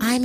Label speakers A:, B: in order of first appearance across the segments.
A: I'm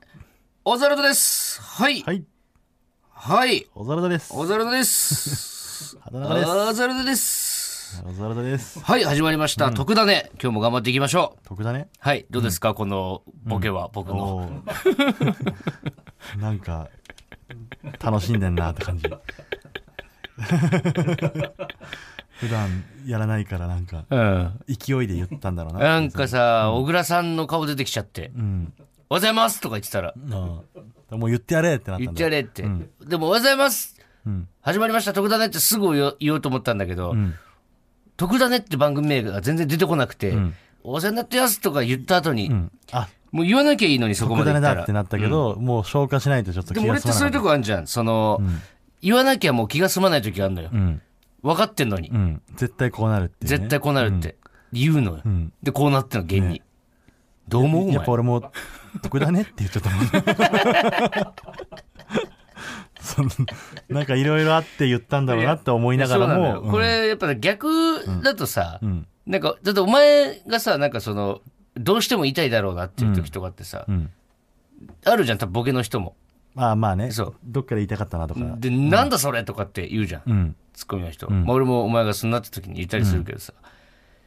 B: オザルドです。はい。
C: はい、
B: はい。
C: オザルダです。
B: オザルド です。
C: 働かれです。
B: オザルドです。
C: オザルダです。
B: はい、始まりました。徳田ね。今日も頑張っていきましょう。
C: 得だね。
B: はい、どうですか、このボケは、僕の。
C: おー なんか、楽しんでんなって感じ。 普段やらないからなんか、
B: うん。
C: 勢いで言ったんだろうな。
B: なんかさ、小倉さんの顔出てきちゃって、おはようございますとか言ってたら、
C: うんもう言ってやれってなったんだ。
B: 言ってやれって。でも、おはようございます、始まりました、徳田ねってすぐ言お言おうと思ったんだけど、徳田ねって番組名が全然出てこなくて、お世話になってますとか言った後に、
C: うん。あ、
B: もう言わなきゃいいのにそこま
C: 得
B: で
C: だ
B: 言
C: ね
B: った
C: だ
B: ら
C: って。なったけど、もう消化しないとちょっと
B: で
C: 気
B: も
C: が
B: 俺って
C: 済ま
B: そうい
C: な
B: う
C: か
B: と
C: っ
B: こあるじゃん。その、言わなきゃもう気が済まない時あるのよ
C: た。う。ん。
B: 分かってんのに
C: う。ん。絶対こうなるっていうね。
B: 絶対こうなるって。言うのよ。
C: ん
B: で、こうなってんの、現に。どう思うお前
C: やっぱ俺も得だねって言っちゃったもんね そのなんかいろいろあって言ったんだろうなって思いながら
B: そうな
C: も
B: のよこれ、やっぱ逆だとさ、
C: ん
B: なんか、だってお前がさ、なんかその、どうしても痛いだろうなっていう時とかってさ、
C: うんうん
B: あるじゃん、多分ボケの人も。
C: まあまあね
B: そう
C: どっかで言いたかったなとか
B: で、なんだそれとかって言うじゃん。
C: うん
B: ツッコミの人。まあ、俺もお前がそうなった時に言ったりするけどさ、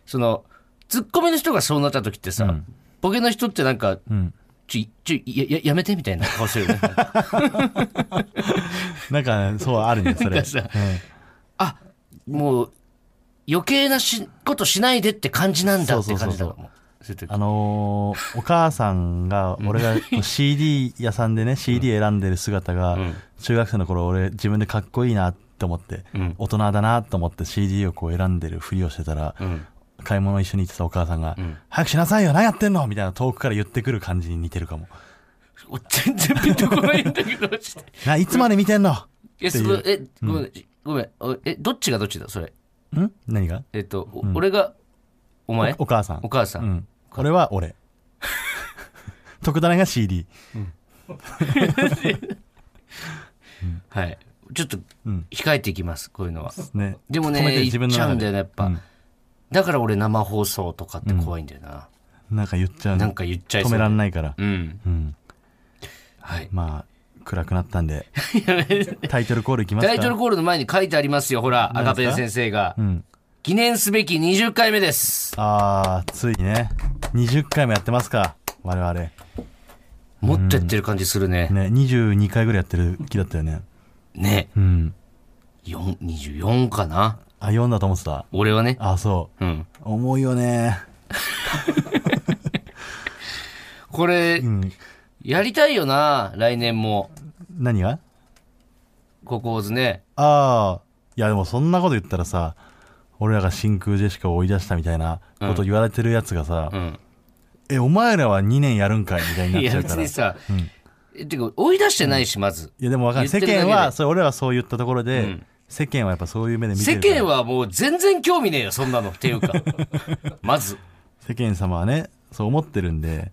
B: その、ツッコミの人がそうなった時ってさ、ボケの人ってなんか、
C: ん
B: ちょ、ちょ、や、ややめてみたいな顔するよ ね。
C: なんか、そうあるねそれ
B: なんかさもう、余計なしことしないでって感じなんだって感じだもん。そういう時
C: あのーお母さんが俺がこう CD 屋さんでね CD 選んでる姿が中学生の頃俺自分でかっこいいなって思って
B: ん
C: 大人だなと思って CD をこう選んでるふりをしてたら
B: ん
C: 買い物一緒に行ってたお母さんが「早くしなさいよ何やってんの!」みたいな遠くから言ってくる感じに似てるかも
B: 俺全然ピンとこないんだけど、ちょっ と
C: 「ないつまで見てんの!」
B: いや、
C: っ
B: そ
C: てい
B: の
C: う、
B: え、ごめん、ごめん、おえ、どっちがどっちだ、それ。
C: ん何が
B: えっと、お俺が、お前
C: おお母さん
B: お母さ。
C: うんん俺は 俺特ダネが CD
B: はい。ちょっと、控えていきます、こういうのは。
C: ね
B: でも
C: 止め
B: ね、
C: て自
B: 言
C: 分
B: っ
C: の
B: ちゃう
C: 中
B: んだよ
C: で
B: ね、やっぱ。だから俺生放送とかって怖いんだよな。
C: なんか言っちゃう
B: な
C: の
B: んか言っちゃい
C: 止
B: そう
C: めらんないから
B: うん。
C: うん
B: はい。
C: まあ、暗くなった んで。タイトルコールいきますか
B: タイトルコールの前に書いてありますよ、ほら、赤ペン先生が。
C: ん
B: 記念すべき20回目です。
C: ああ、ついね。20回もやってますか。我々。ね、
B: 持ってってる感じするね。
C: 22回ぐらいやってる気だったよね。
B: ね。
C: うん。
B: 4 24かな
C: あ、4だと思ってた。
B: 俺はね。
C: ああ、そ
B: うん。
C: う。重いよね。
B: これ
C: う、ん。
B: やりたいよな、来年も。
C: 何が
B: ここをずね。
C: ああ、いやでもそんなこと言ったらさ、俺らが真空ジェシカを追い出したみたいなこと言われてるやつがさ、
B: うん。
C: え、お前らは2年やるんかいみたいにないっち
B: や、
C: ゃうか
B: 別
C: ら。
B: に
C: い
B: さ、えてか、追い出してないし、まず。
C: やでもわかんない。
B: 言
C: 世
B: ってるだけ
C: 間
B: で
C: は、それ俺らはそう言ったところで、
B: うん
C: 世間はやっぱそういう目で見て
B: 世
C: るから
B: 間はもう全然興味ねえよ、そんなの。っていう か。まず。
C: 世間様はねそう思ってるんで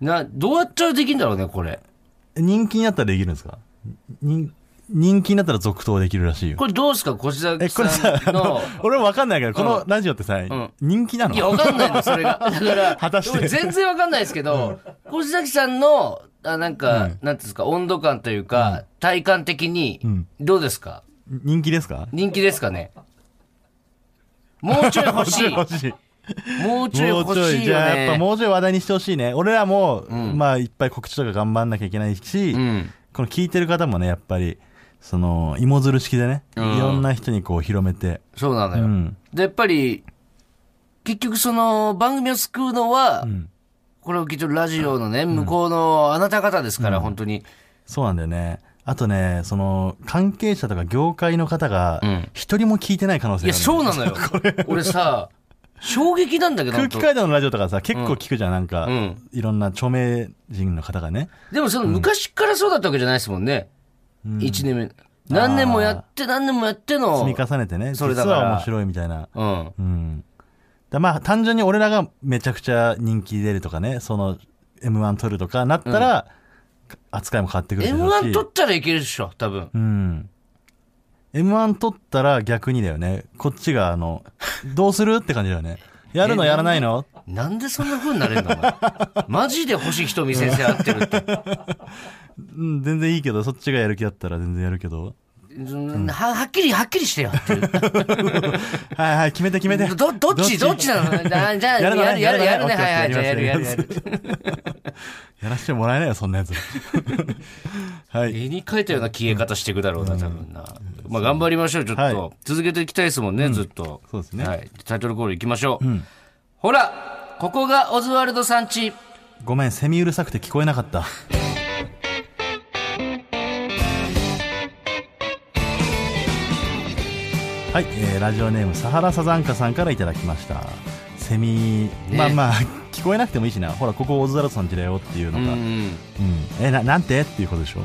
B: な、どうやったらできんだろうね、これ。
C: 人気になったらできるんですか人人気になったら続投できるらしいよ
B: これどうすか、小
C: え
B: 崎
C: これさ
B: さんの。
C: 俺も分かんないけどこのラジオってさ、
B: ん
C: 人気ない
B: や、
C: の
B: わかん ないの、それが。だから、
C: 果たして
B: 俺全然わかんないですけど、小崎さんの、あなんか、なんていうんですか、温度感というか、体感的に、どうですか
C: 人気ですか
B: 人気ですかねもうちょい欲しい。
C: もうちょい欲しい
B: もうちょい
C: もう
B: 欲
C: ちょい
B: しい
C: じ
B: よ
C: ゃあやっぱ
B: ね。
C: もうちょい話題にしてほしいね俺らも、まあいっぱい告知とか頑張んなきゃいけないし、
B: ん
C: この聞いてる方もねやっぱりその芋づる式でね、いろんな人にこう広めて
B: そうなのよ。
C: うん
B: で、やっぱり、結局その、番組を救うのは、これを聞いてるラジオのね、向こうのあなた方ですから、本当に。
C: そうなんだよねあとねその関係者とか業界の方が
B: ん
C: 一人も聞いてない可能
B: い
C: 性が
B: や、
C: ある、
B: そうなのよ。俺さ、衝撃なんだけど、
C: 空気階段のラジオとかさ、結構聞くじゃん、なんか、
B: ん
C: いろんな著名人の方がね。
B: でもその昔からそうだったわけじゃないですもんね。一年目。何年もやって、何年もやっての。
C: 積み重ねてね、
B: そ
C: 実
B: れだから
C: は面白いみたいな。
B: うん。
C: うん。だまあ、単純に俺らがめちゃくちゃ人気出るとかね、その、M1 取るとかなったら、扱いも変わってくるでしょうし
B: M1 取ったらいけるでしょ、多分。
C: うん。M1 取ったら逆にだよね。こっちが、あの、どうするって感じだよね。やるのやらないの
B: なんでそんな風になれんのお 前マジで星瞳先生合ってるって。
C: うん、全然いいけど、そっちがやる気だったら全然やるけど。
B: ははっきり、はっきり してよっていう。
C: はいはい、決めて決めて。
B: ど、どっちどっちなのあじゃあ、
C: や
B: や
C: る
B: る
C: の
B: や
C: ね
B: るやるやるね。
C: やるのね
B: はいはい、じゃあやるやる
C: や
B: や
C: り
B: る。
C: やらせてもらえないよ、そん なやつ。はい。
B: 絵に描いたような消え方していくだろうな、多分な。まあ頑張りましょう、ちょっと。
C: は
B: 続けていきたいですもんね、ずっと。
C: そうですね
B: はい。タイトルコールいきましょう。ほら、ここがオズワルドさんち。
C: ごめん、セミうるさくて聞こえなかった。はい、えーラジオネームサハラサザンカさんからいただきましたセミ、まあ まあ聞こえなくてもいいしなほらここオズワルドさんちだよっていうの
B: う
C: が、うん
B: ん。
C: えななんてっていうことでしょ、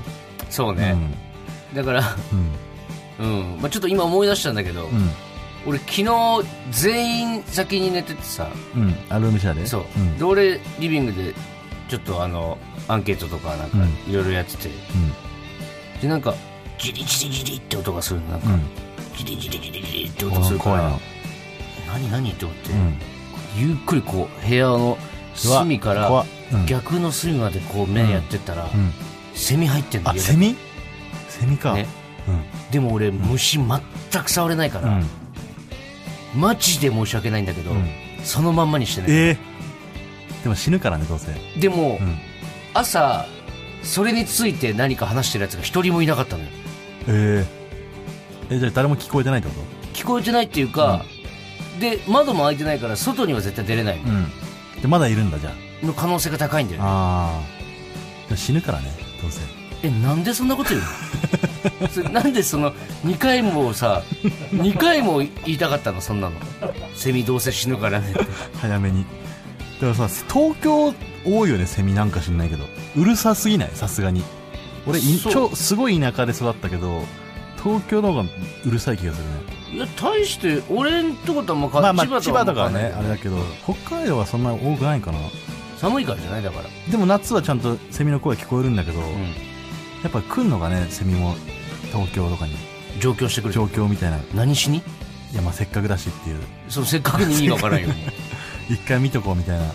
B: そうね。だから、うん。まあちょっと今思い出したんだけど、
C: うんうん
B: 俺昨日全員先に寝ててさ、
C: うんあルームシェアで
B: そう、
C: うん
B: で俺リビングでちょっとあのアンケートとかなんか
C: うん
B: いろいろやってて、
C: う
B: でなんかギリギリギリって音がするのなんか、
C: ん
B: ギリギリギリギリって
C: う
B: 音
C: ん
B: するか
C: 怖い
B: ら
C: な
B: 何何って思って、
C: うん
B: ゆっくりこう部屋の隅か
C: うわ
B: ら
C: 怖っうん
B: 逆の隅までこう目やってったら、
C: うん
B: セミ入ってんだ
C: あ
B: よ
C: セミセミか、
B: ね
C: う
B: でも俺虫全く触れないか
C: んう
B: ら、
C: ん
B: マジで申し訳ないんだけど、
C: うん
B: そのまんまにしてね
C: えーでも死ぬからねどうせ、う
B: でも、
C: ん、
B: 朝それについて何か話してるやつが一人もいなかったのよ
C: えー、えじゃあ誰も聞こえてないってこ
B: 聞こえてないっていうか、で窓も開いてないから外には絶対出れない
C: とんでまだいるんだじゃあ
B: の可能性が高いんだよね
C: ああでも死ぬからねどうせ
B: えなんでそんなこと言うの それなんでその2回もさ2回も言いたかったのそんなのセミどうせ死ぬからねって
C: 早めにでもさ東京多いよねセミなんか知んないけどうるさすぎないさすがに俺い
B: そう
C: 超すごい田舎で育ったけど東京の方がうるさい気がするね
B: いや大して俺んとことはあんま変
C: ま
B: わ
C: あ
B: ん
C: ま
B: な
C: あ
B: い
C: 千葉とかはねあれだ
B: け
C: けど北海道はそんな多くないかな
B: ど寒いからじゃないだから、
C: でも夏はちゃんとセミの声聞こえるんだけど、
B: う
C: や
B: ん、
C: っぱ来んのがねセミも東京とかに
B: 上京してくれ
C: 状況みたいな
B: 何しに
C: いやまあせっかくだしっていう
B: そのせっかくに意味がわからん よ
C: 一回見とこうみたいな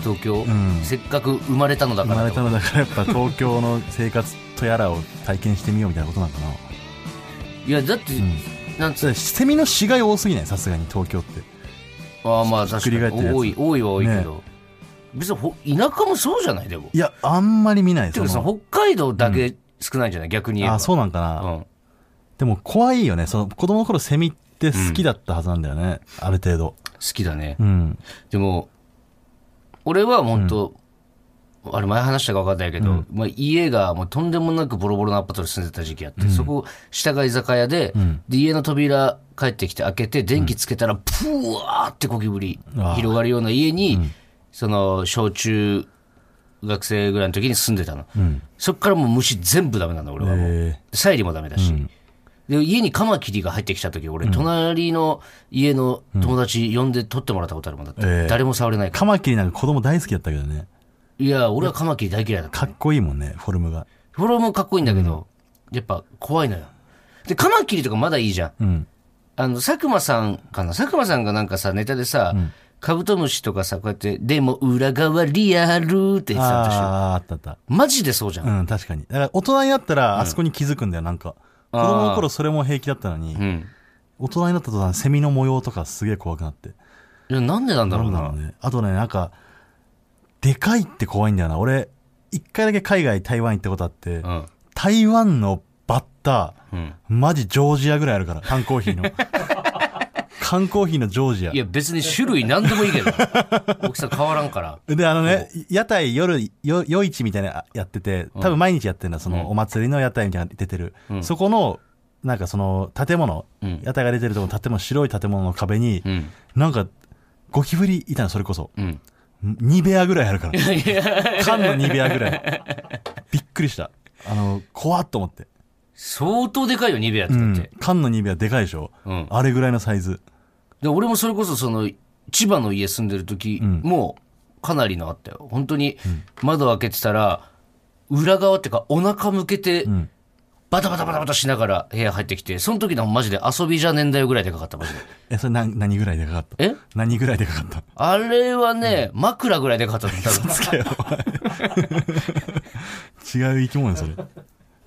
B: 東京、
C: うん
B: せっかく生まれたのだか
C: 生
B: ら
C: まれたのだからやっぱ東京の生活とやらを体験してみようみたいなことなのかない
B: やだって、
C: うん
B: なんつ
C: それセミの死骸多すぎないさすがに東京って
B: ああまあ
C: ひっく
B: 確
C: り
B: か
C: 返ってる
B: に
C: やつ
B: 多い多いは多いけど、別にほ田舎もそうじゃないでも
C: いやあんまり見ない
B: ていうか
C: そ
B: そ
C: の
B: の北海道だけ少ないんじゃない、逆に言えば
C: あそうなんか
B: う
C: な、
B: ん
C: でも怖いよねその子供の頃セミって好きだったはずなんだよね、ある程度
B: 好きだね、
C: うん
B: でも俺は本当、あれ前話したか分かんないけど、まあ、家がもうとんでもなくボロボロのアパートに住んでた時期あって、そこ下が居酒屋で,、で家の扉帰ってきて開けて電気つけたらプワーってゴキブリ
C: わあ
B: 広がるような家に、その小中学生ぐらいの時に住んでたの、そっからもう虫全部ダメなんだ俺はもう、
C: え
B: サイリもダメだし、で家にカマキリが入ってきた時俺、隣の家の友達呼んで取ってもらったことあるもんだって、
C: ええ
B: 誰も触れない
C: ー、
B: から
C: カマキリなんか子供大好きだったけどね
B: いや俺はカマキリ大嫌いだから
C: かっこいいもんねフォルムが
B: フォローもかっこいいんだけど、やっぱ怖いのよでカマキリとかまだいいじゃん、
C: うん
B: あの佐久間さんかな佐久間さんがなんかさネタでさ、カブトムシとかさこうやって「でも裏側リアル」って言ってたでしょ
C: ああーあったあった
B: マジでそうじゃん、
C: うん、確かに。だから大人になったら、あそこに気づくんだよ、なんか。子供の頃それも平気だったのに、
B: ん
C: 大人になった途端、セミの模様とかすげえ怖くなって。
B: いやなんでなんだろう
C: な
B: なん
C: だろうね。あとね、なんか、でかいって怖いんだよな。俺、一回だけ海外、台湾行ったことあって、
B: ん
C: 台湾のバッター、
B: ん
C: マジジョージアぐらいあるから、缶コーヒ ーの。缶コーヒーのジョージア
B: い。や別に種類何でもいいけ ど大きさ変わらんから
C: で、あのね、屋台夜、よ夜市みたいなのやってて、多分毎日やってるんだ、そのお祭りの屋台みたいなの出てる。そこの、なんかその建物、
B: ん
C: 屋台が出てるとこの建物、白い建物の壁に、
B: うん
C: なんか、ゴキブリいたのそれこそ、
B: ん
C: 2部屋ぐらいある から缶の2部屋ぐらいびっくりしたあの怖っと思って、
B: 相当でかいよ、ニベアって
C: う
B: だっ
C: ん
B: て。
C: 缶の2部屋でかいでしょ、
B: うん
C: あれぐらいのサイズ
B: で俺もそれこそその千葉の家住んでる時、もうかなりのあったよ本当に窓開けてたら裏側っていうかお腹向けて、バタバタバタバタしながら部屋入ってきてその時のマジで遊びじゃねえんだよぐらいでかかったマジで
C: えそれ何何ぐらいでかかった
B: え
C: 何ぐらいでかかった
B: あれはね、枕ぐらいでかかったんだ多分
C: つけよお前違う生き物よそれ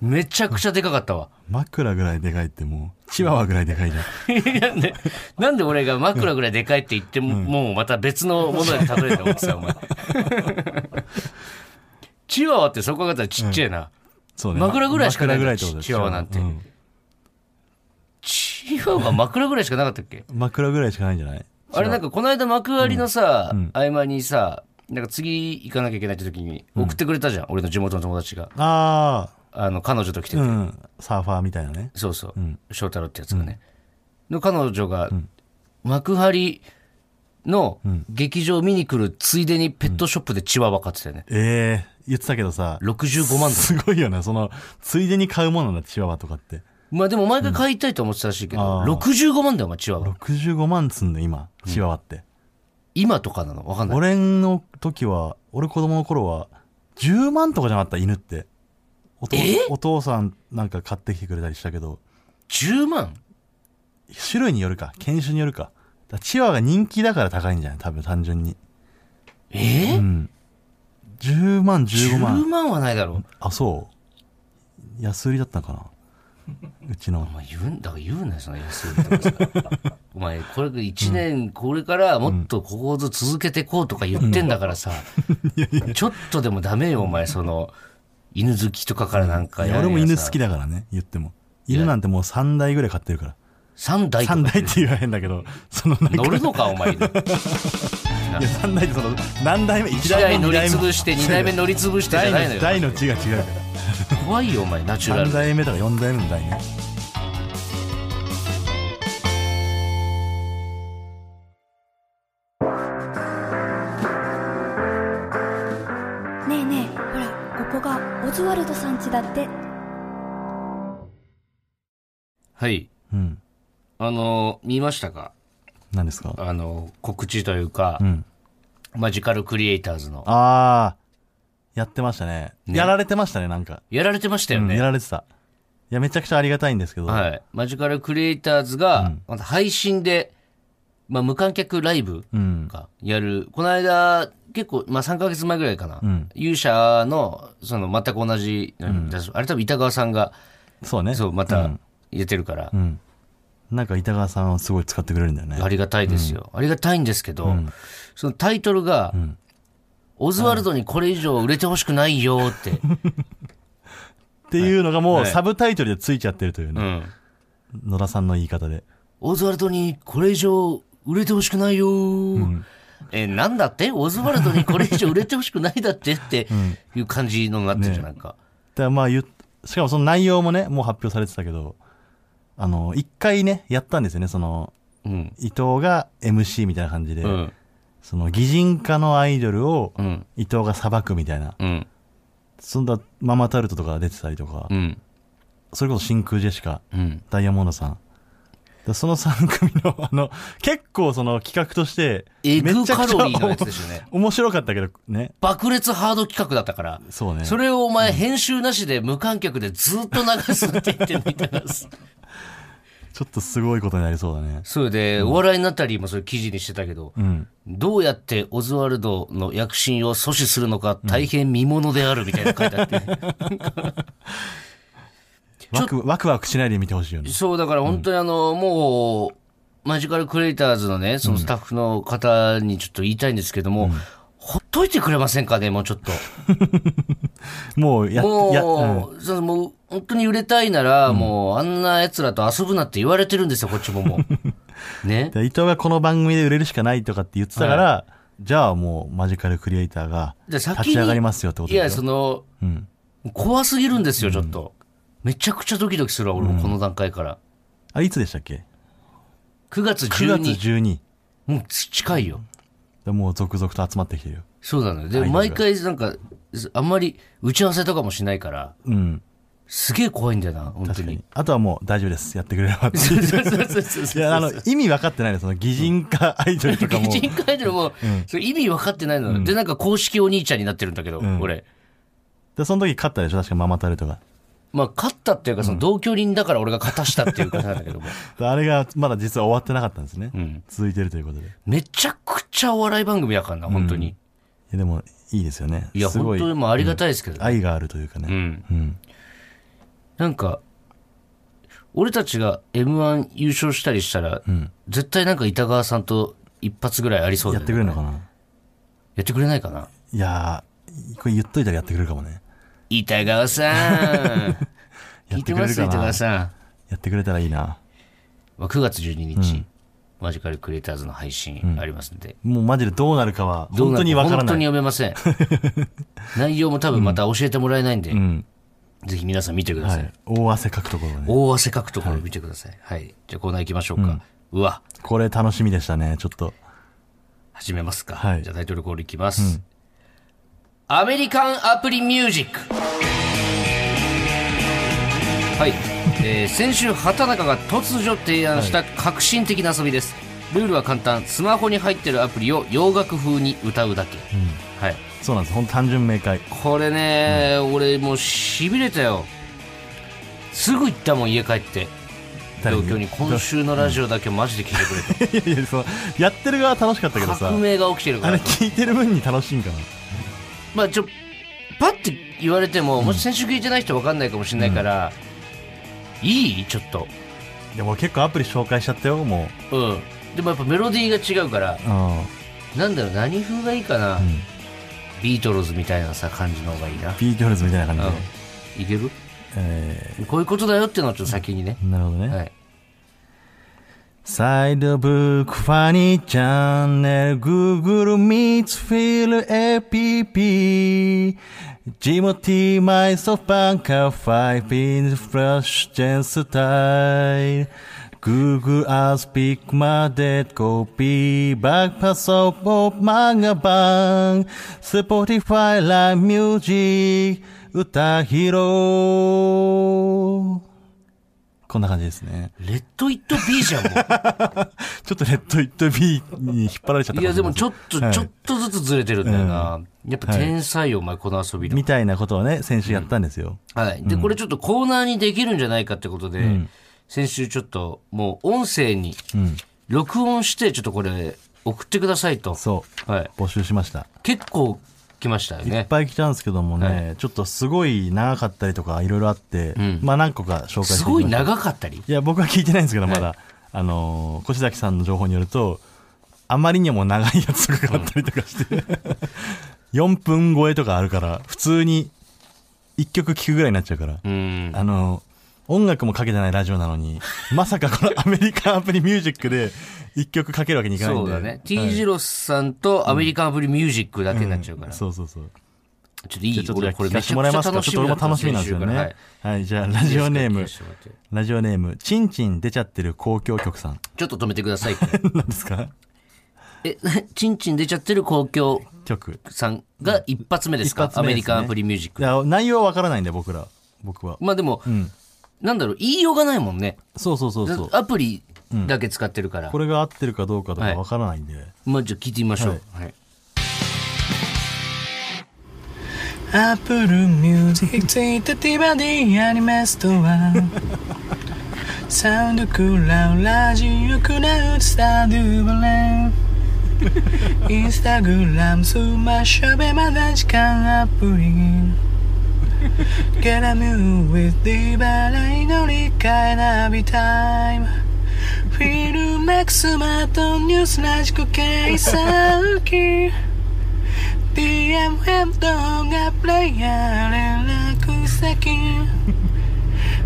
B: めちゃくちゃでかかったわ
C: 枕ぐらいでかいってもうチワワぐらいでか いじゃん
B: いやねなんで俺が枕ぐらいでかいって言っても、もうまた別のもので例えて思ってたお前 チワワってそこがったらちっちゃいな、
C: そうね
B: 枕ぐらいしかない
C: 枕ぐらいってことで
B: チワワなんて
C: うん
B: チワワ枕ぐらいしかなかったっけ
C: 枕ぐらいしかないんじゃない
B: あれなんかこの間幕張のさ、合間にさ、なんか次行かなきゃいけないって時に送ってくれたじゃん、俺の地元の友達が。
C: あ
B: あの、彼女と来て
C: あ
B: て、
C: うんサーファーみたいなね
B: そうそう、翔太郎ってやつがね。の彼女が、幕張の劇場見に来るついでにペットショップでチワワ買ってたよね。
C: ええ言ってたけどさ
B: 65万だ。
C: すごいよなそのついでに買うものなんだチワワとかって
B: まあでも毎回買いたいと思ってたらしいけど、
C: あー
B: 65万だよ、お前、チワワ。
C: 65万つんの今チワワって、
B: 今とかなのわかんない。
C: 俺の時は俺子供の頃は10万とかじゃなかった犬っておと
B: え
C: お父さんなんか買ってきてくれたりしたけど
B: 10万
C: 種類によるか犬種によるかだチワワが人気だから高いんじゃない多分単純に
B: えー
C: うん10万15
B: 10
C: 万
B: 万はないだろう。
C: あそう安売りだったのかなう ちの
B: お前言うんだから言うなよその安いとかさお前これ1年これからもっとここず続けてこうとか言ってんだから さ、ちょっとでもダメよお前その犬好きとかからなんか
C: いや俺も犬好き
B: だ
C: だからね言っても犬なんてもう3台ぐらい飼ってるから
B: 3台とか
C: 3台って言わへんだけどそのなんか
B: 乗るのかお前犬
C: いや3台ってその何台目1
B: 1台
C: 台目
B: 乗
C: 2
B: り
C: 台目
B: 潰して2台目乗り潰してじゃないの
C: 台の
B: よ
C: 台の字が違うから
B: 怖いよお前ナチュラル
C: 3代目とか4代目の代ね
D: ねえねえほらここがオズワルドさん家だって
B: はい
C: うん
B: あの見ましたか
C: 何ですか
B: あの告知というか、
C: うん
B: マジカルクリエイターズの
C: ああやってましたね
B: ね
C: やられてましたねなんか、
B: やられてましたよ
C: うん
B: ね、
C: やられてたいやめちゃくちゃありがたいんですけど、
B: はい。マジカルクリエイターズが、また配信で、まあ、無観客ライブ
C: うん
B: がやる。この間、結構、まあ、3ヶ月前ぐらいかな。
C: ん
B: 勇者の、その、全く同じ、あれ多分板川さんが、
C: そうね
B: そう、ま
C: う
B: た
C: ん、
B: 入れてるから、
C: うんなんか板川さんをすごい使ってくれるんだよね
B: ありがたいですよ。ありがたいんですけど、そのタイトルが、オズワルドにこれ以上売れてほしくないよって。
C: っていうのがも
B: は
C: う
B: い
C: サブタイトルでついちゃってるという
B: う
C: ね、
B: ん。
C: 野田さんの言い方で
B: オズワルドにこれ以上売れてほしくないよ、え、なんだってオズワルドにこれ以上売れてほしくないだってっていう感じのになってるじゃん、なんか。
C: でまあ言っしかもその内容もねもう発表されてたけどあの一回ねやったんですよねその
B: うん。
C: 伊藤が MC みたいな感じで、
B: うん。
C: その擬人化のアイドルを
B: うん。
C: 伊藤が裁くみたいな、
B: うん。
C: そんなママタルトとか出てたりとか、
B: うん。
C: それこそ真空ジェシカ
B: うん。
C: ダイヤモンドさんでその3組の あの結構その企画として
B: エグ
C: めちゃ
B: カ
C: くちゃ
B: ロリーのやつですよね。
C: 面白かったけどね
B: 爆裂ハード企画だったから。
C: そうね
B: それをお前編集なしで無観客でずっと流すって言ってみた らさ
C: ちょっとすごいことになりそうだね
B: それで、お笑いになったりもそれ記事にしてたけど、
C: うん
B: どうやってオズワルドの躍進を阻止するのか大変見ものであるみたいなの書いてあって、
C: ワクワクワクしないで見てほしい よね
B: そう、だから本当にあの、もう、マジカルクリエイターズのね、そのスタッフの方にちょっと言いたいんですけども、ほっといてくれませんかね、もうちょっと。
C: もうやっや、うん
B: もう、そのもう本当に売れたいなら、もうあんな奴らと遊ぶなって言われてるんですよ、こっちもも う。ね。
C: で伊藤がこの番組で売れるしかないとかって言ってたから、じゃあもうマジカルクリエイターが
B: じゃあ先
C: 立
B: に
C: ち上がりますよってこと
B: い
C: だ
B: や、
C: よ
B: その、
C: うん
B: 怖すぎるんですよ、ちょっと。めちゃくちゃドキドキするわ、俺もこの段階から。
C: あれいつでしたっけ
B: 9月
C: 9
B: 12
C: 月12
B: もう近いよ。
C: でもう続々と集まってきてるよ
B: そうなのよ。で、毎回なんか、あんまり打ち合わせとかもしないから、
C: うん
B: すげえ怖いんだよな、本当
C: 確かに
B: に。
C: あとはもう大丈夫ですやってくれればって
B: そ
C: いうう
B: そう そうそう
C: い
B: そう。
C: やあの意味分かってないのその擬人化アイドルとかも
B: 擬人化アイドルも、それ意味分かってないのよ、で、なんか公式お兄ちゃんになってるんだけど、
C: ん
B: 俺。
C: でその時勝ったでしょ確かママタルとか
B: まあ、勝ったっていうか、その同居人だから俺が勝たしたっていうことなんだけども。
C: あれがまだ実は終わってなかったんですね、
B: ん
C: 続いてるということでい
B: めちゃくちゃお笑い番組やからな、本当に。
C: やでもいいですよね
B: いや、
C: すご
B: 本
C: い
B: 当にもうありがたいですけど、ね
C: 愛があるというか
B: う
C: ね、
B: ん。
C: うん
B: なんか、俺たちが M1 優勝したりしたら、絶対なんか板川さんと一発ぐらいありそうだ
C: や
B: よね
C: ってくれるのかな
B: やってくれないかない
C: やーこれ言っといたらやってくれるかもね
B: 板川さん
C: や
B: 聞
C: っ
B: いて
C: てくれ
B: ま
C: る
B: す
C: か
B: 板
C: な
B: 川さん。
C: やってくれたらいいな
B: まあ9月12日、マジカルクリエイターズの配信ありますんで。
C: もうマジでどうなるかは
B: どう
C: 本当に
B: な
C: わ
B: る
C: から
B: 本当
C: な
B: に
C: い
B: 読めません。 内容も多分また教えてもらえないんで、
C: うん
B: ぜひ皆さん見てくだ
C: は
B: さい。
C: い、大汗かくところね
B: 大汗かくところ見てください。はい。じゃあコーナー行きましょうか。うわ、
C: これ楽しみでしたねちょっと
B: 始めますか。
C: はい
B: じゃあタイトルコールいきます。アメリカンアプリミュージック。はい。えー先週、畑中が突如提案した革新的な遊びです。ルールは簡単。スマホに入ってるアプリを洋楽風に歌うだけ。はい。
C: そうなんです本当単純明快
B: これね、俺もう痺れたよ。すぐ行ったもん、家帰って。
C: 誰
B: 東京に今週のラジオだけマジで聞いてくれ て。
C: いやいやそうやってる側は楽しかったけどさ
B: 革命が起きてるか
C: あ
B: ら
C: れ。聞いてる分に楽しいんかな
B: まあちょパッて言われても、もし先週聞いてない人分かんないかもしれないから、いいちょっと
C: でも俺結構アプリ紹介しちゃったよも
B: うんでもやっぱメロディーが違うから
C: ううん、
B: なんだろう何風がいいかな、
C: うん、
B: ビートルズみたいなさ感じの方がいいな、
C: ビートルズみたいな感じで、
B: うん、いける
C: え
B: こういうことだよっていうのをちょっと先にね、
C: ーなるほどね、
B: はい
C: サイドブックファニーチャンネル er Google Meets フィル APP ジモティマイソファンカーファイピンフラッシュチェンスタイル Google アスピックマデッコピーバックパソコン漫画版 Spotify ライブミュージック歌披露こんな感じですね。
B: レッド・イット・ビーじゃん も
C: ちょっとレッド・イット・ビーに引っ張られちゃった
B: ういやでもちょっと、
C: はい
B: ちょっとずつずれてるんだよな、やっぱ天才よお前この遊びの
C: みたいなことをね、先週やったんですよ。
B: はい。で、これちょっとコーナーにできるんじゃないかってことで、先週ちょっともう音声に録音して、ちょっとこれ送ってくださいと。
C: そう。
B: はい。
C: 募集しました。
B: 結構来ましたよ
C: いっ
B: ね。
C: ぱい来たんですけどもね、ちょっとすごい長かったりとかいろいろあって、まあ何個か紹介して
B: すごい
C: きました
B: 長かったり。
C: いや、僕は聞いてないんですけど、まだ、あのー、越崎さんの情報によると、あまりにも長いやつがあったりとかして、4分超えとかあるから、普通に1曲聴くぐらいになっちゃうから。
B: うん。
C: あの、音楽もかけてないラジオな のに、まさかこのアメリカンアプリミュージックで一曲かけるわけにいかないん
B: そ
C: で。
B: うだね。T ・ジロスさんとアメリカンアプリミュージックだけになっちゃうから。ちょ
C: そうそうそう。
B: っといい
C: じゃあちょっとじゃあ
B: 俺これ
C: 聞
B: め
C: か
B: ちゃ
C: せても
B: く
C: らい
B: ちゃ
C: ます
B: 楽
C: かちょっ
B: し
C: と
B: み
C: 俺
B: だ
C: も
B: った
C: 楽しみなんですよね。
B: 先週か
C: は
B: ら
C: い
B: はい、
C: じゃあラジオネーム
B: いいですか聞かせてもらって
C: ラジオネームちんちん出ちゃってる公共曲さん
B: ちょっと止めてください。
C: なんですか
B: え、チンチン出ちゃってる公共
C: 曲
B: さんが一発目ですか
C: 一発目ですね
B: アメリカンアプリミュージック
C: い。や内容はわからないんで僕ら僕は
B: まあでも、なんだろう、言いようがないもんね。
C: そうそうそうそう
B: アプリだけ使ってるから。
C: これが合ってるかどうかとかわからないんで、
B: まあじゃあ聞いてみましょう。はい。
E: Apple Music ついたティバディアニメストアサウンドクラウドラジオクラウドスタドゥバレンインスタグラムスマッシュベマダ時間アプリ Get a move with ディバライの理解ナビタイムフィルマックスマートニュースラジコ計算機 DMM 動画プレイヤー連絡先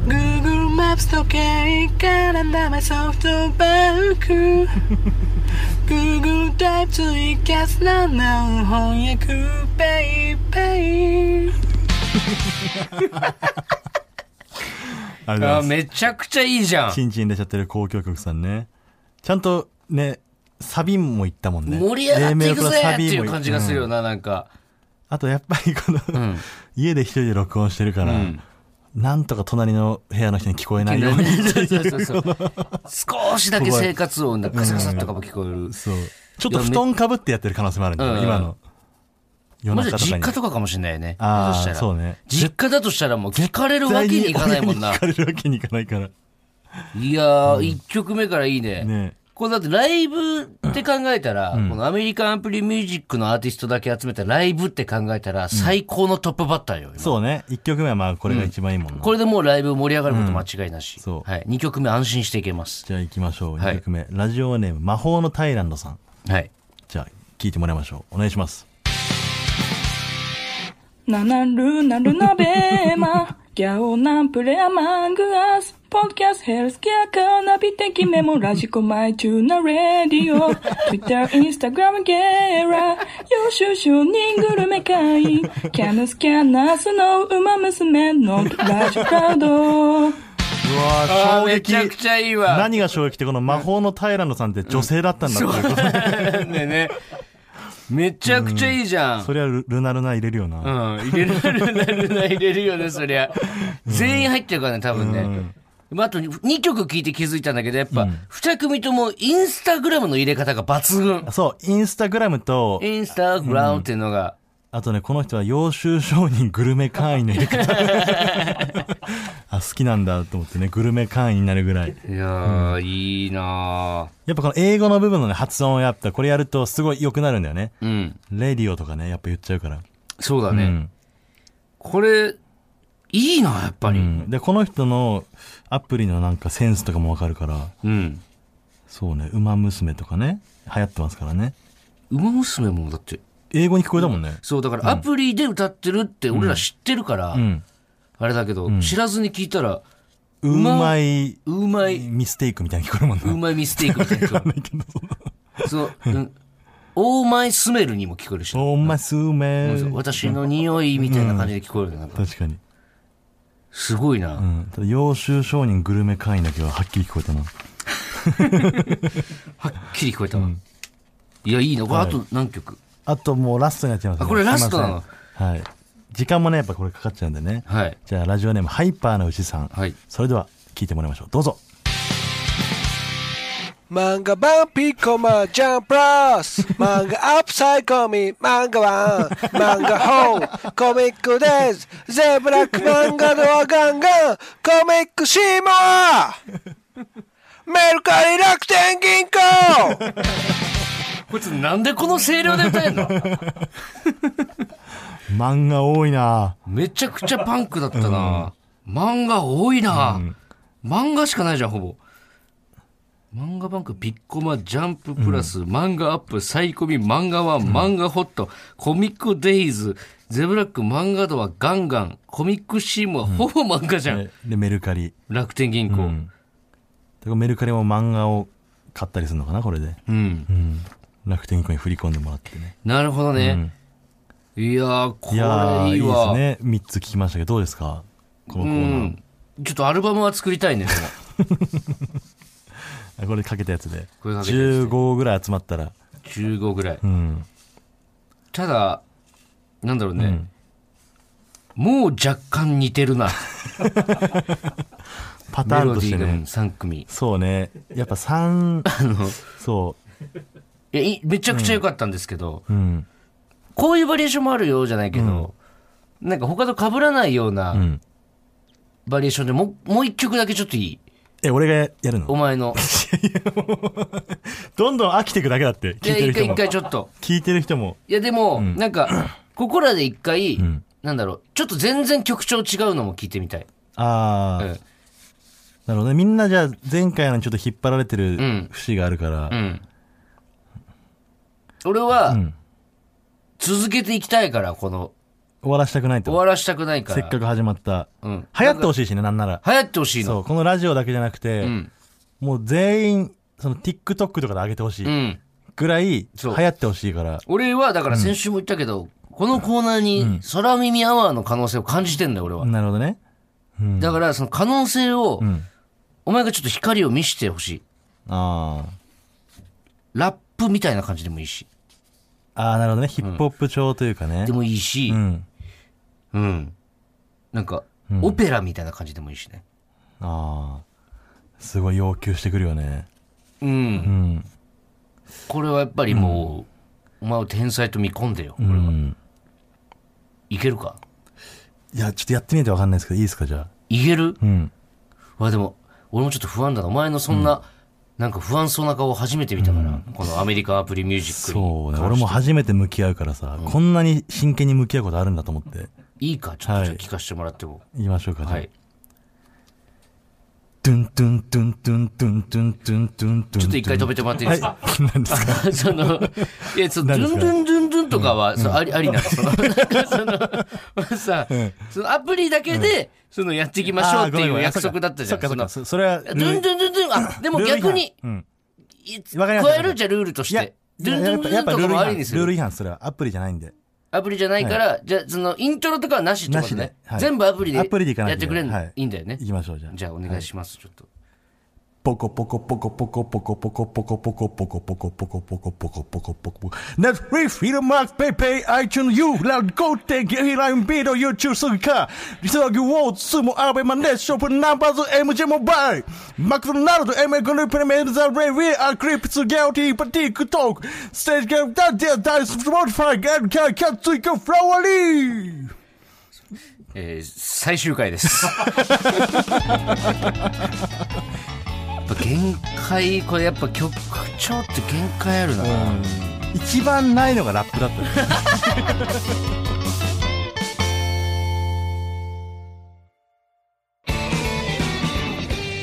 E: Google Maps 時計から生ソフトバンク Google タイプ追加すらの翻訳ペイペイ
C: ありがとうござい
B: あ
C: ます
B: めちゃくちゃいいじゃん。
C: ちんちん出ちゃってる公共曲さんねちゃんとねサビもいったもんね。
B: 盛り上がっていくぜ
C: A メロから
B: っていう感じがする
C: う
B: よ
C: ん
B: な、なんか。
C: あとやっぱりこの、
B: ん
C: 家で一人で録音してるから、
B: ん
C: なんとか隣の部屋の人に聞こえないように
B: そうそうそう少しだけ生活音だ、ガサガサとかも聞こえる。
C: そう。ちょっと布団かぶってやってる可能性もあるんだよ、
B: うん
C: 今の。夜
B: もし
C: 中
B: かし
C: と
B: た
C: かに。
B: ら実家とかかもしれないよね。
C: あー
B: だとしたら
C: そうね
B: 実家だとしたらもう聞かれるわけにいかないもんな
C: 聞。かれるわけにいかないから。
B: いやー、一曲目からいい ね。
C: ね
B: これだってライブって考えたら、このアメリカンアンプリミュージックのアーティストだけ集めたライブって考えたら、最高のトップバッターよ、今
C: そうね。一曲目はまあこれが一番いいもんな。
B: これでもうライブ盛り上がること間違いなし。
C: んそう
B: はい。2曲目安心していけます。
C: じゃあ行きましょう。
B: はい
C: 二曲目。ラジオネーム、魔法のタイランドさん。
B: はい。
C: じゃあ聞いてもらいましょう。お願いします。
F: ナナルナルナベーマ、ギャオナンプレアマングアス、ポッドキャスヘルスケアカナビ的メモラジコマイチューナレディオ、ツイッターインスタグラムゲラ、ヨシュシュニングルメ会、キャムスキャナースの馬娘のラジオクラウド。
C: うわ
B: あー
C: ー衝
B: め
C: 撃
B: ちゃくちゃいいわ。
C: 何が衝撃ってこの魔法のタイランドさんって女性だったんだっていうこと
B: ねね。めちゃくちゃいいじゃん。
C: そりゃルルナルナ入れるよ
B: うん
C: な。、
B: 入れる、ルナルナ入れるよね、そりゃ。全員入ってるからね、多分ね。まあ、あと2曲聴いて気づいたんだけど、やっぱ、2組ともインスタグラムの入れ方が抜群。
C: そう、インスタグラムと、
B: インスタグラムっていうのが、
C: あとね、この人は洋州商人グルメ会員の入れ 方。あ、好きなんだと思ってね、グルメ会員になるぐらい。
B: いやー、いいな
C: やっぱこの英語の部分のね、発音をやっぱこれやるとすごい良くなるんだよね。
B: ーうん。
C: レディオとかね、やっぱ言っちゃうから。
B: そうだ
C: う
B: ね。
C: ん。
B: これ、いいな、やっぱ
C: う
B: り。うん。
C: ん、で、この人のアプリのなんかセンスとかもわかるから、そうね、馬娘とかね、流行ってますからね。
B: 馬娘もだって、
C: 英語に聞こえたもんね。
B: そう、だからアプリで歌ってるって俺ら知ってるから、
C: うん。
B: あれだけど、知らずに聞いたら、
C: うまいう
B: まい、
C: ミステイクみたいに聞こえるもん
B: う
C: な。
B: まいミステイクみた いな
C: わかんないけど、その
B: そう、うん、オーマイスメルにも聞こえるし、
C: おまスめ
B: そう私の匂いみたいな感じで聞こえるよねなんか
C: 確かに。
B: すごいうな。
C: ん。ただ、洋州商人グルメ会員だけははっきり聞こえたな。
B: はっきり聞こえたわ。いや、いいな。これあと何曲
C: あともうラストになっちゃいますね
B: あこれラストなの
C: すいませんはい。時間もね、やっぱこれかかっちゃうんでね。
B: はい。
C: じゃあ、ラジオネーム、ハイパーの牛さん。
B: はい
C: それでは、聞いてもらいましょう。どうぞ。
G: 漫画版ピコマジャンプラス漫画アップサイコミ漫画ワン漫画ホーコミックですゼブラック漫画ではガンガンコミックシーモアメルカリ楽天銀行
B: こいつなんでこの声量で歌えんの
C: 漫画多いな
B: めちゃくちゃパンクだったな。漫画多いな。漫画しかないじゃん、ほぼ。漫画バンク、ピッコマ、ジャンププラス、漫画アップ、サイコミ、漫画ワン、漫画ホット、コミックデイズ、ゼブラック、漫画ドはガンガン、コミックシームはほぼ漫画じゃん。
C: でで、メルカリ。
B: 楽天銀行。うん。
C: でメルカリも漫画を買ったりするのかな、これで。うん。楽天銀行に振り込んでもらってね。
B: なるほどね。いやー、こ
C: いやー、
B: れ
C: い
B: いい
C: いで
B: わ。
C: すね。3つ聞きましたけど、どうですかこのコ
B: う
C: ーナー。
B: ん。ちょっとアルバムは作りたい ね、でも
C: あこれかけたやつで。
B: これかけたやつで
C: 15ぐらい集まったら。
B: 15ぐらい。
C: うん。
B: ただ、なんだろうね。もう若干似てる な。
C: パタ
B: メ
C: ーン
B: ロ
C: と
B: ディ
C: して
B: ーが
C: ね。
B: 3組。
C: そうね。やっぱ3、そ
B: いやいめちゃくちゃ良かったんですけど、
C: う。うん。
B: こういうバリエーションもあるよじゃないけど、なんか他と被らないよう
C: う。
B: なんバリエーションでもう、もう一曲だけちょっといい
C: え、俺がやる
B: お
C: の
B: 前の。
C: どんどん飽きていくだけだって。
B: い
C: 聞い
B: や、
C: て
B: 一回一
C: る人も。
B: 回ちょっと。
C: 聞いてる人も。
B: いや、でも、なんか、ここらで一回、
C: ん
B: なんだろう、ちょっと全然曲調違うのも聞いてみたい。
C: ああ、
B: うん
C: なるほどね。みんなじゃあ前回のちょっと引っ張られて
B: ん
C: る節があるから。
B: うん。俺は、
C: ん
B: 続けていきたいから、この、
C: 終わらしたくない
B: 終
C: と。
B: わらしたくないから。
C: せっかく始まった。
B: うん。
C: 流行ってほしいしね、なんなら。
B: 流行ってほしい
C: そう、
B: の。
C: このラジオだけじゃなくて、
B: うん。
C: もう全員、その TikTok とかで上げてほし
B: う
C: い
B: ん。
C: ぐらい、流
B: そう
C: 行ってほしいから。
B: 俺は、だから先週も言ったけど、このコーナーに空耳アワーの可能性を感じてんだよ、俺は。
C: なるほどね。
B: だから、その可能性を、
C: ん
B: お前がちょっと光を見せてほしい。
C: ああ。
B: ラップみたいな感じでもいいし、
C: ああ、なるほどね。ヒップホップ調というかね。
B: でもいいし、
C: うん。
B: うん。なんか、オペラみたいな感じでもいいしね。
C: ああ。すごい要求してくるよね。
B: うん。
C: うん。
B: これはやっぱりもう、お前を天才と見込んでよ。こ
C: う
B: れは
C: ん。
B: いけるか
C: いや、ちょっとやってみないとわかんないですけど、いいですか、じゃあ。
B: いける
C: うん。
B: わ、でも、俺もちょっと不安だな。お前のそんな、なんか不安そうな顔を初めて見たから、このアメリカアプリミュージックに。
C: そうね。俺も初めて向き合うからさ、こんなに真剣に向き合うことあるんだと思って。
B: いいか、ちょっ
C: は
B: と
C: い
B: じゃあ聞かせてもらっても。
C: 言いましょうか、じゃあ。
B: はい。
C: トゥントゥントゥントゥントゥントゥントゥントゥントゥン。
B: ちょっと一回止めてもらっていいですか、
C: はい。何です か
B: その、いや、その、ドゥ
C: 何です
B: ンド
C: か
B: ゥンドゥンドゥンとかは、そうあり、ありなの。その、 なんかその、さ、そのアプリだけで、その、やっていきましょうっていう約束だったじゃん。
C: あーご
B: そ
C: めんごめ
B: の
C: んそっかそっか。そそれは、
B: ドゥンドゥンドゥンドゥン、あ、でも
C: ルール違反
B: 逆に、
C: うん。
B: い
C: わかりました
B: 加えるじゃルールとし
C: いや
B: て。ドゥンドゥンドゥンとか
C: ルール違
B: もあ
C: 反
B: りにす
C: ルール
B: る。
C: 違反それはアプリじゃないんで
B: アプリじゃないから、じゃあ、その、イントロとかはなしってこと
C: なし
B: ね
C: では。い
B: 全部アプリで。
C: アプリでいかない
B: やってくれん
C: は
B: の
C: い
B: いいんだよね
C: 行。きましょうじゃあ
B: じゃあ、お願いします、ちょっと。
C: ポコポコポコポコポコポコポコポコポコポコポコポコポコポコポコ Netflix、フィルマーク、ペイペイ、iTunes、You、ランコテン、ヘラインビード、YouTube、スギカ、リスワギウォーズ、スモ、アベマネッショップ、ナンバーズ、MJ モバイル、マクドナルド、エメグルプレメンザ、レビア、クリプス、ギャオティ、パティ、クトーク、ステージゲーム、ダンディア、ダイス、スモーファイ、ガン、キャン、キャン、ツイカ、フラワリー
B: えー最終回 です。やっぱ限界、これやっぱ曲調って限界あるな。
C: 一番ないのがラップだったね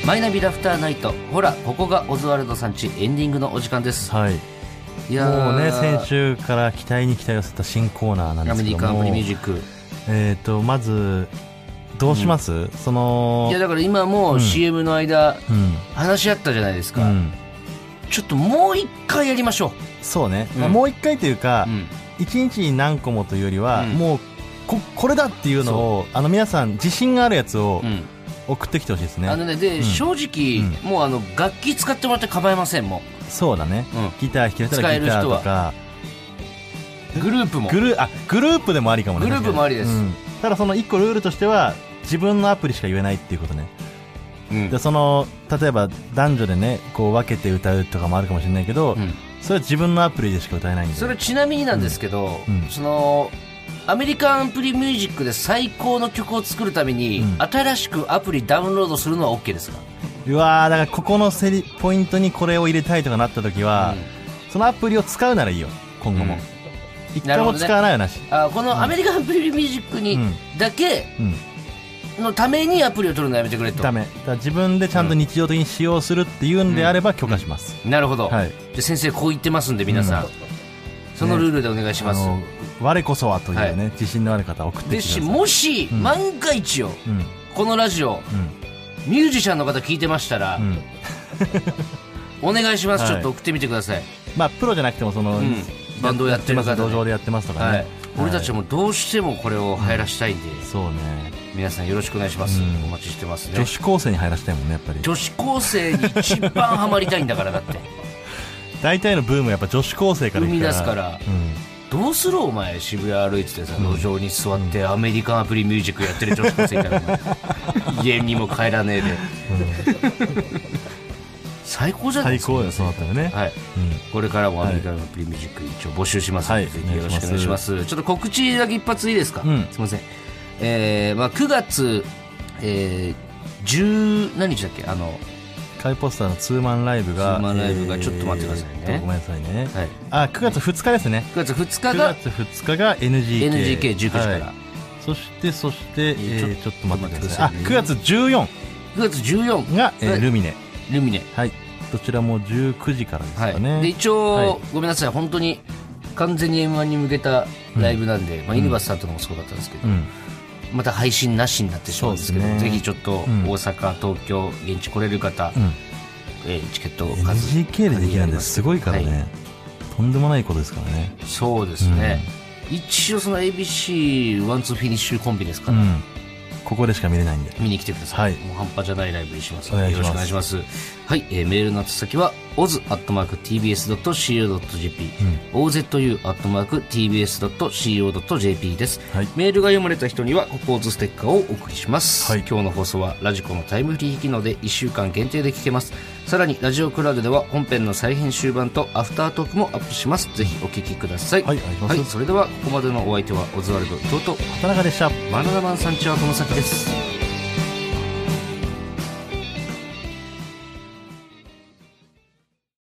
B: マイナビラフターナイト、ほら、ここがオズワルドさんちエンディングのお時間です。
C: はい
B: いやー
C: もうね先週から期待に期待を寄せた新コーナーなんで
B: アメ
C: すけ
B: リ
C: ど
B: カン
C: も
B: プリミュージック。
C: えっ、とまずどうします、その
B: いや、だから今もう CM の間、
C: うん、
B: 話し合ったじゃないです
C: う
B: か。
C: ん、
B: ちょっともう一回やりましょ
C: そうね、
B: うん
C: まあもう一回というか
B: う。う、ん。
C: 一日に何個もというよりは、
B: うん
C: もうここれだっていうのをあの皆さん自信があるやつを
B: うん。
C: 送ってきてほしいですね、
B: あのね、で、
C: うん
B: 正直、もうあの、楽器使ってもらって構いません、も
C: そうだね
B: う。うん。
C: ギター弾ける人
B: 使
C: は
B: え
C: ギ
B: る人
C: タ
B: は
C: ーとか
B: グループも。
C: グルーあグループでもありかもね
B: グループもありです
C: うんただその一個ルールとしては自分のアプリしか言えないっていうことね
B: うん
C: でその例えば男女でねこう分けて歌うとかもあるかもしれないけど、
B: うん
C: それは自分のアプリでしか歌えないんで
B: それちなみになんですけど、
C: うんうん
B: そのアメリカンプリミュージックで最高の曲を作るために、
C: うん
B: 新しくアプリダウンロードするのは OK ですか、
C: うわーだからここのセリポイントにこれを入れたいとかなった時は、そのアプリを使うならいいよ今後も、
B: うん
C: 一回も使わないよなし
B: あこのアメリカンプリミュージックに
C: うん
B: だけ
C: うん
B: のためにアプリを取るのやめてくれと
C: ダメだから自分でちゃんと日常的に使用するっていうんであれば許可します、
B: なるほど、
C: はい
B: じゃあ先生こう言ってますんで皆さん、そのルールでお願いし
C: あ
B: ます、
C: の我こそはというね、自信のある方は送って
B: で
C: きて
B: し
C: ください
B: もし、
C: うん
B: 万が一よ
C: うん
B: このラジオミュージシャンの方聞いてましたら、
C: うんうん
B: お願いします、
C: はい
B: ちょっと送ってみてください
C: まあプロじゃなくてもその、
B: うんバンドをやってる方ね
C: 道場でやってますとかね、
B: はい、俺たちもどうしてもこれを入らしたいんで、
C: そうね
B: 皆さんよろしくお願いします、
C: うん
B: お待ちしてますね
C: 女
B: 女子
C: 子高生に入らせたいもんねやっぱり
B: 高生に一番ハマりたいんだからだって
C: 大体のブームはやっぱ女子高生から
B: 生
C: 行
B: み
C: く
B: 出すから
C: うん
B: どうするお前渋谷歩いててさ路上に座ってアメリカンアプリミュージックやってる女子高生いたらお前 家にも帰らねえで、最高じゃない
C: 最
B: ですか
C: 高よそうだったよね、
B: はい
C: うん
B: これからもアメリカンアプリミュージック一応募集しますので、
C: はい
B: ぜひよろしくお願いしますちょっと告知だけ一発いいですか、
C: うん
B: すいませんえーまあ、9月えー、10何日だっけあの
C: カイポスターのツーマンライブが
B: ツーマンライブがちょっと待ってくださいね
C: えーっとごめんなさいね、
B: はい
C: あ9月2日ですね
B: 9月2日
C: 9
B: が
C: 月2日が NGK
B: NGK19 時から、
C: はいそしてそして、え
B: ー
C: ーちょっと待ってください
B: ちょっ
C: あ
B: と
C: 9月14
B: 9月14
C: が、えー
B: はい
C: ルミネ
B: ルミネ、
C: はいどちらも19時からです
B: は
C: か
B: い
C: ね、
B: で一応、
C: はい
B: ごめんなさい本当に完全に m 1に向けたライブなんで、まあ、ユニバースさんとかもそうだったんですけど、
C: うん
B: また配信なしになってしまうんですけど
C: そうです
B: ぜ
C: ね
B: ひちょっと大
C: ん
B: 阪、東京現地来れる方、
C: うん
B: えーチケットを数
C: NGK でできるなんてすごいからね、
B: は
C: とんでもないことですからね
B: そうですね、一応その ABC ワンツーフィニッシュコンビです
C: う
B: から、
C: んここでしか見れないんで
B: 見に来てください、
C: はい
B: もう半端じゃないライブにします
C: お願い
B: よ
C: し
B: ろし
C: ます
B: くお願いしますはい、えーメールの宛先は oz.tbs.co.jp、ozu.tbs.co.jp です、
C: はい
B: メールが読まれた人にはココーズステッカーをお送りします、
C: はい
B: 今日の放送はラジコのタイムフリー機能で1週間限定で聞けますさらにラジオクラウドでは本編の再編集版とアフタートークもアップしますぜひお聞きください
C: はいお願いします
B: それではここまでのお相手はオズワルド伊藤と
C: 田中でした
B: バナナマンさんちはこの先です